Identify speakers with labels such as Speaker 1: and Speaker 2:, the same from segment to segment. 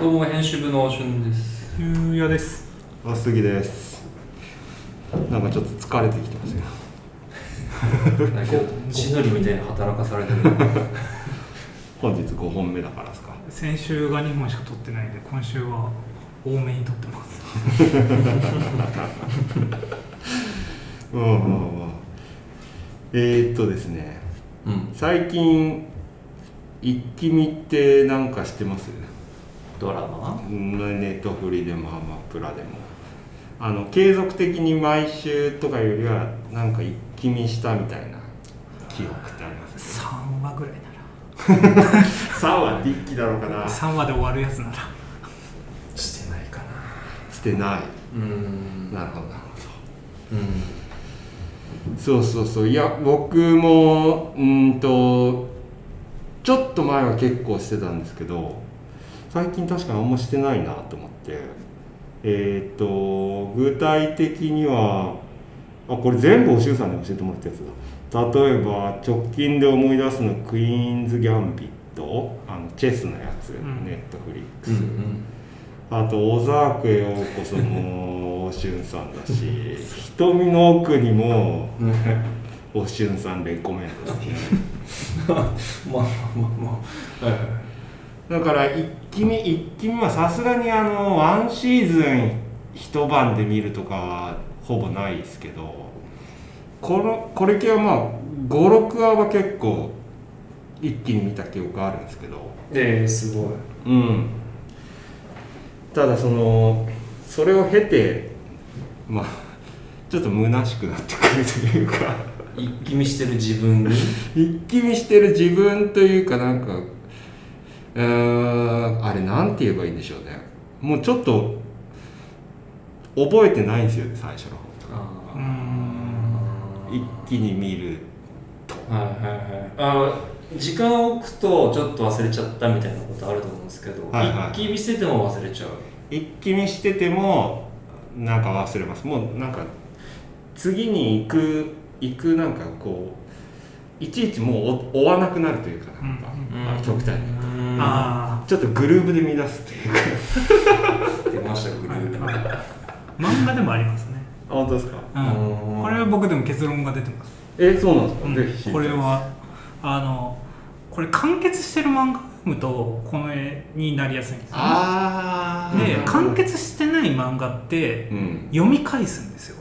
Speaker 1: どうも編集部のしゅんです
Speaker 2: ゆうやです。
Speaker 3: あすぎですなんかちょっと疲れてきてますね
Speaker 1: なんか地のりみたいに働かされてる
Speaker 3: 本日5本目だからですか
Speaker 2: 先週が2本しか撮ってないんで、今週は多めに撮ってます。
Speaker 3: うんうんうんえー、っとですね
Speaker 1: うん
Speaker 3: 最近一気見ってなんかしてます
Speaker 1: ドラマ
Speaker 3: うんネットフリでもアマプラでもあの継続的に毎週とかよりはなんか一気見したみたいな記憶ってあり ます
Speaker 2: 3話ぐらいな。
Speaker 3: 3はディッキだろうからなし
Speaker 2: 3話で終わるやつなら。
Speaker 1: してないかな
Speaker 3: てな
Speaker 1: うーん
Speaker 3: いなるほどなるほど
Speaker 1: うん
Speaker 3: そうそうそういや僕もうーんとちょっと前は結構してたんですけど最近確かにあんましてないなと思ってえーっ、と具体的にはあこれ全部おしゅうさんに教えてもらったやつだ例えば直近で思い出すのクイーンズ・ギャンビットあのチェスのやつ、
Speaker 2: ん
Speaker 3: ネットフリックス、
Speaker 1: うん
Speaker 3: あと小沢区へようこそもおしゅんさんだし瞳の奥にも
Speaker 1: うん
Speaker 3: おしゅんさんレコメントですね
Speaker 1: まあまあまあまあはいはいはい
Speaker 3: だから一気見一気見はさすがにあのワンシーズン一晩で見るとかはほぼないですけどこのこれ系はまあ56話は結構一気に見た記憶あるんですけど
Speaker 1: えー、すごい
Speaker 3: うんただそのそれを経てまあちょっと虚しくなってくるというか
Speaker 1: 一気見してる自分に
Speaker 3: 一気見してる自分というかなんかうーんあれなんて言えばいいんでしょうねもうちょっと覚えてないんですよね最初の方
Speaker 2: うーん
Speaker 3: 一気に見ると
Speaker 1: はいはいはいあ時間を置くとちょっと忘れちゃったみたいなことあると思うんですけど、
Speaker 3: はいはい
Speaker 1: 一気見してても忘れちゃう
Speaker 3: 一気見しててもなんか忘れますもうなんか次に行く行くなんかこういちいちもう追追わなくなるというかなんか、
Speaker 1: うん
Speaker 3: あ極端に
Speaker 1: うん
Speaker 2: あ
Speaker 3: ちょっとグルーブで乱すというか
Speaker 1: 出ましたグ
Speaker 2: あ、
Speaker 1: ループ
Speaker 2: はい 漫画でもありますね。
Speaker 3: あ本当ですか
Speaker 2: うん。これは僕でも結論が出てます。
Speaker 3: えそうなんですか、
Speaker 2: うん
Speaker 3: ぜひ
Speaker 2: これは、あの、これ完結してる漫画読むと、この絵になりやすいんですよね。
Speaker 3: ああ
Speaker 2: で、完結してない漫画って、
Speaker 3: うん
Speaker 2: 読み返すんですよ。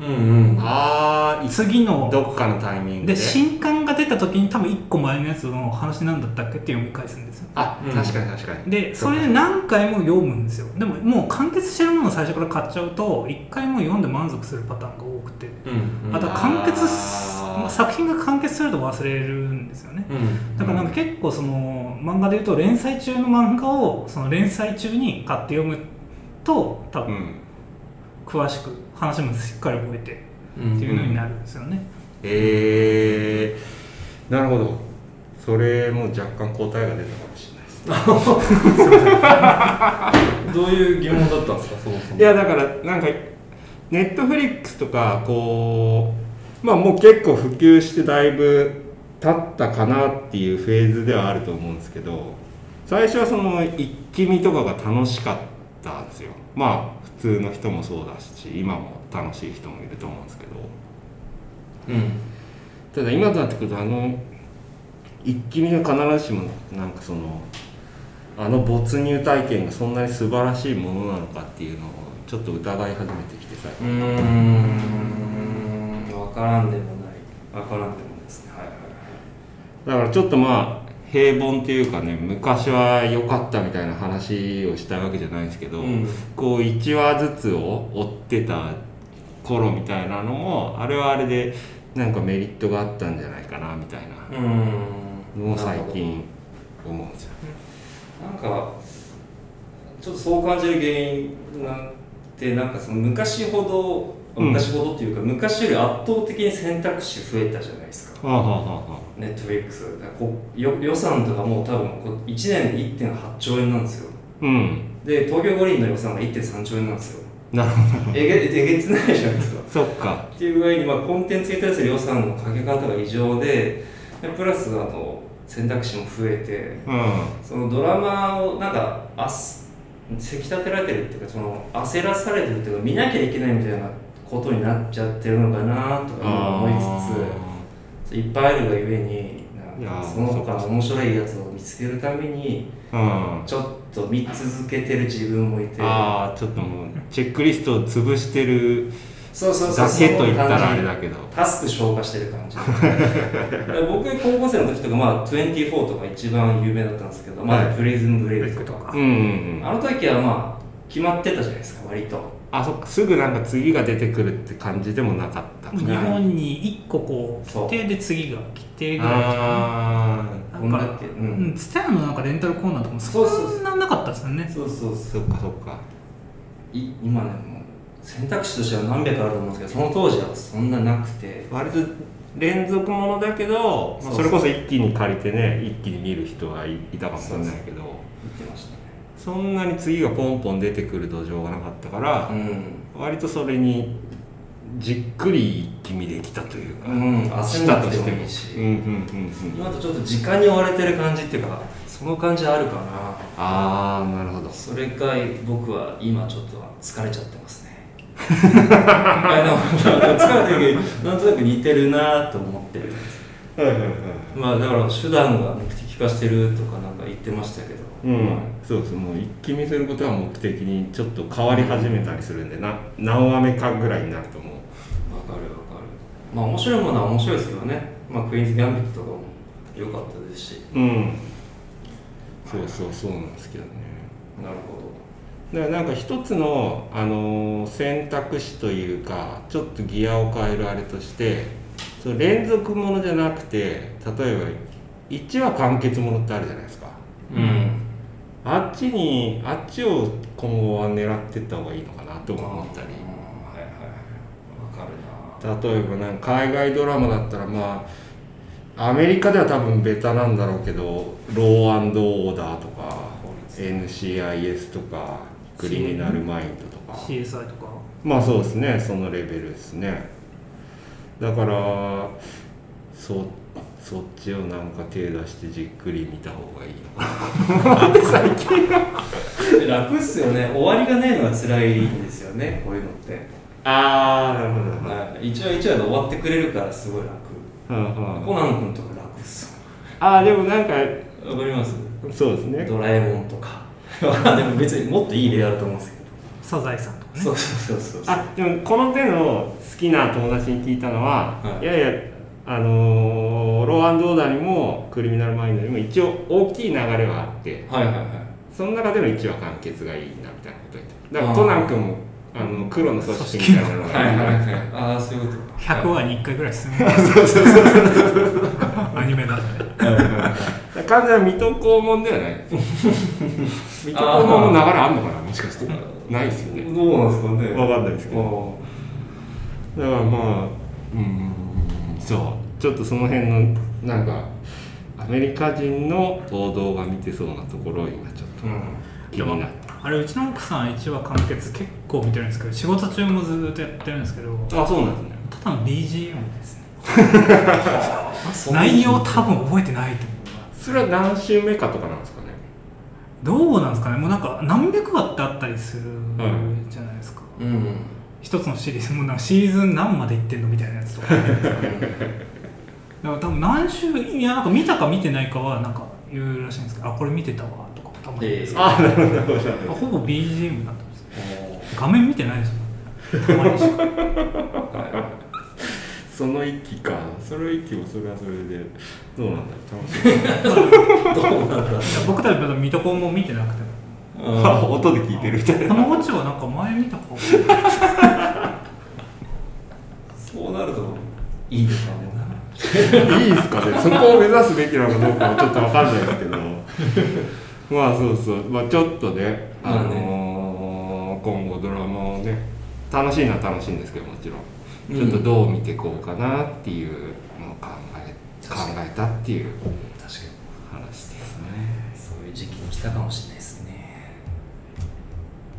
Speaker 1: うんうん
Speaker 3: ああ
Speaker 2: 次の
Speaker 3: どっかのタイミングで
Speaker 2: で新刊が出た時に多分1個前のやつの話なんだったっけって読み返すんですよ
Speaker 3: あ、
Speaker 1: うん
Speaker 3: 確かに確かに
Speaker 2: でそれ
Speaker 3: う
Speaker 2: で何回も読むんですよでももう完結してるものを最初から買っちゃうと1回も読んで満足するパターンが多くて
Speaker 1: うんうん
Speaker 2: あとは完結す
Speaker 3: あー
Speaker 2: 作品が完結すると忘れるんですよね
Speaker 1: うん
Speaker 2: だからなんか結構その漫画でいうと連載中の漫画をその連載中に買って読むと多
Speaker 3: う
Speaker 2: 分
Speaker 3: ん
Speaker 2: 詳しく話もしっかり覚えて
Speaker 1: うん
Speaker 2: っていうのになるんですよね
Speaker 3: えー、なるほどそれも若干答えが出たかもしれないです
Speaker 1: どういう疑問だったんですかそもそも
Speaker 3: いやだからなんかネットフリックスとかこうまあもう結構普及してだいぶ経ったかなっていうフェーズではあると思うんですけど最初はその一気見とかが楽しかったんですよまあ普通の人もそうだし今も楽しい人もいると思うんですけど
Speaker 1: うん
Speaker 3: ただ今となってくるとあの一気見が必ずしもなんかそのあの没入体験がそんなに素晴らしいものなのかっていうのをちょっと疑い始めてきて最近
Speaker 1: うーん分からんでもない分からんでもないですねはいはい
Speaker 3: だからちょっとまあ平凡っていうかね昔は良かったみたいな話をしたいわけじゃないんですけど、
Speaker 1: うん
Speaker 3: こう1話ずつを追ってた頃みたいなのもあれはあれでなんかメリットがあったんじゃないかなみたいな
Speaker 1: うーん
Speaker 3: のを最近思うんですよね。
Speaker 1: なんかちょっとそう感じる原因なんてなんかその昔ほど
Speaker 3: うん
Speaker 1: 昔ほどっていうか、昔より圧倒的に選択肢増えたじゃないですか
Speaker 3: はあはあはあは
Speaker 1: ネットフリックスこよ予算とかもう多分こう1年で1.8兆円なんですよ
Speaker 3: あうん
Speaker 1: で東京五輪の予算が1.3兆円なんですよ
Speaker 3: なるほ
Speaker 1: えげえげつないじゃないですか
Speaker 3: どそっか
Speaker 1: っていう具合に、まあ、コンテンツに対する予算のかけ方が異常ででプラスあの選択肢も増えて
Speaker 3: うん
Speaker 1: そのドラマをなんかあすせき立てられてるっていうかその焦らされてるっていうか見なきゃいけないみたいなことになっちゃってるのかなとか思いつついっぱいあるがゆえに
Speaker 3: いや
Speaker 1: なんか
Speaker 3: ー
Speaker 1: その他の面白いやつを見つけるために
Speaker 3: うん
Speaker 1: ちょっと見続けてる自分もいて
Speaker 3: ああちょっともうチェックリストを潰してる
Speaker 1: そうそうそう
Speaker 3: だけと言ったらあれ
Speaker 1: その感じ
Speaker 3: だけど
Speaker 1: タスク消化してる感じ だから僕高校生の時とか、まあ、24とか一番有名だったんですけど、ま
Speaker 3: は
Speaker 1: あ、プリズンブレイ
Speaker 2: ッ
Speaker 1: ク
Speaker 2: ク
Speaker 1: と
Speaker 2: と
Speaker 1: か、
Speaker 2: か
Speaker 3: うんうんうん
Speaker 1: あの時はまあ決まってたじゃないですか割と
Speaker 3: あそっかすぐなんか次が出てくるって感じでもなかった
Speaker 2: 日本に1個こう
Speaker 1: そう
Speaker 2: 来てで次が来てぐらいじゃな
Speaker 3: あ
Speaker 1: こ
Speaker 2: い
Speaker 1: ん
Speaker 2: だ
Speaker 1: だ
Speaker 2: から
Speaker 1: けう
Speaker 2: うんん、ツタヤのなんかレンタルコーナーとかも
Speaker 1: そうそう
Speaker 2: そんななかったですよね
Speaker 1: そうそう
Speaker 3: あ
Speaker 1: そ
Speaker 3: そっかそっか
Speaker 1: うい今ねもう選択肢としては何百あると思うんですけどその当時はそんななくて
Speaker 3: 割と連続ものだけどまあそれこそ一気に借りてね一気に見る人はいいたかもしれないけど
Speaker 1: 見てましたね
Speaker 3: そんなに次がポンポン出てくる土壌がなかったから
Speaker 1: う
Speaker 3: 割とそれにじっくり一気見できたというか、
Speaker 1: ん、うん、焦んなくて
Speaker 3: した
Speaker 1: もい
Speaker 3: と
Speaker 1: い
Speaker 3: し
Speaker 1: して
Speaker 3: もうんうんうんうん
Speaker 1: 今とちょっと時間に追われてる感じっていうかその感じあるかな
Speaker 3: ああなるほど
Speaker 1: それかい僕は今ちょっと疲れちゃってます ねいやでも疲れてるけどなんとなく似てるなと思ってる
Speaker 3: はいはいはい
Speaker 1: まあだから手段が目的化してるとかなんか言ってましたけど、
Speaker 3: うん、そうですもう一気見することは目的にちょっと変わり始めたりするんでな何話目かぐらいになると思う
Speaker 1: わかるわかるまあ面白いものは面白いですけどねまあクイーンズ・ギャンビットとかも良かったですし
Speaker 3: うんそうそうそうなんですけどね
Speaker 1: なるほ
Speaker 3: だからなんか一つの、あのー選択肢というかちょっとギアを変えるあれとしてその連続ものじゃなくて例えば1話完結ものってあるじゃないですか
Speaker 1: どうん
Speaker 3: あっちにあっちを今後は狙ってった方がいいのかなとも思ったり
Speaker 1: はいはいわかるな
Speaker 3: 例えばなんか海外ドラマだったらまあアメリカでは多分ベタなんだろうけど「ローオーダー」とか
Speaker 1: 法律
Speaker 3: NCIS とか「クリミナルマインド」とか。
Speaker 2: CSI とか
Speaker 3: まあそうですねそのレベルですねだからそそっちをなんか手出してじっくり見た方がいいのか
Speaker 1: 楽っすよね終わりがないのが辛いんですよねこういうのって
Speaker 3: ああなるほどな
Speaker 1: はい、一話一話で終わってくれるからすごい楽、
Speaker 3: うんう
Speaker 1: コ
Speaker 3: ん、
Speaker 1: ナン君とか楽っす
Speaker 3: ああでもなんか
Speaker 1: わかります
Speaker 3: そうですね
Speaker 1: ドラえもんとか でも別にもっといい例あると思うんですけど
Speaker 2: サザエさんとかね
Speaker 1: そうそうそうそう
Speaker 3: あでもこの手の好きな友達に聞いたのは、
Speaker 1: はい
Speaker 3: い、やいやあのーローオーダーにもクリミナルマインドにも一応大きい流れはあって
Speaker 1: はいはいはい
Speaker 3: その中での1話完結がいいなみたいなこと言ってただか
Speaker 1: あ
Speaker 3: ら
Speaker 1: ー
Speaker 3: コナン君もあの黒の組織みたいなの
Speaker 1: はい
Speaker 3: が
Speaker 1: はいはいああそういうこと
Speaker 2: 100話に1回ぐらい進む アニメだとね
Speaker 3: だから完全に水戸黄門では ない水戸黄門の流れあんのかなもしかしてないですよね
Speaker 1: どうなんですかね
Speaker 3: わかんないですけどだからまあうんそうちょっとその辺のなんかアメリカ人の行動が見てそうなところを今ちょっと気になっ
Speaker 2: あれうちの奥さん1話完結結構見てるんですけど仕事中もずっとやってるんですけど
Speaker 3: たあそうなんですね
Speaker 2: ただの BGM です ね
Speaker 1: うん
Speaker 2: 内容多分覚えてないと思うな
Speaker 3: それは何週目かとかなんですかね
Speaker 2: どうなんですかねもうなんか何百話ってあったりする
Speaker 3: は
Speaker 2: じゃないですか、
Speaker 1: うん、うんうん、
Speaker 2: 一つのシリーズもうなんかシーズン何までいってんのみたいなやつとかだから多分何週いやなんか見たか見てないかはなんか言うらしいんですけどあこれ見てたわとか多分
Speaker 1: ええ
Speaker 3: あなるほどなるほど
Speaker 2: ほぼ BGM だったんですよ画面見てないですもんたまにしか
Speaker 3: その一気かその一気もそれはそれでどうなんだろう楽しい
Speaker 1: どうなんだ
Speaker 2: 僕たちまだ水戸黄門見てなくて
Speaker 1: うん
Speaker 3: 音で聞いてるみたい
Speaker 2: このオチはなんか前見たかも
Speaker 1: そうなるといいですかもう
Speaker 3: ないいですかねそこを目指すべきなのかどうかはちょっとわかんないですけどまあそうそうまあちょっとねあ
Speaker 1: まあね
Speaker 3: のー今後ドラマをね楽しいのは楽しいんですけどもちろんちょっとどう見ていこうかなっていうのを考え考えたっていう
Speaker 1: 確かに
Speaker 3: 話ですね
Speaker 1: そういう時期に来たかもしれない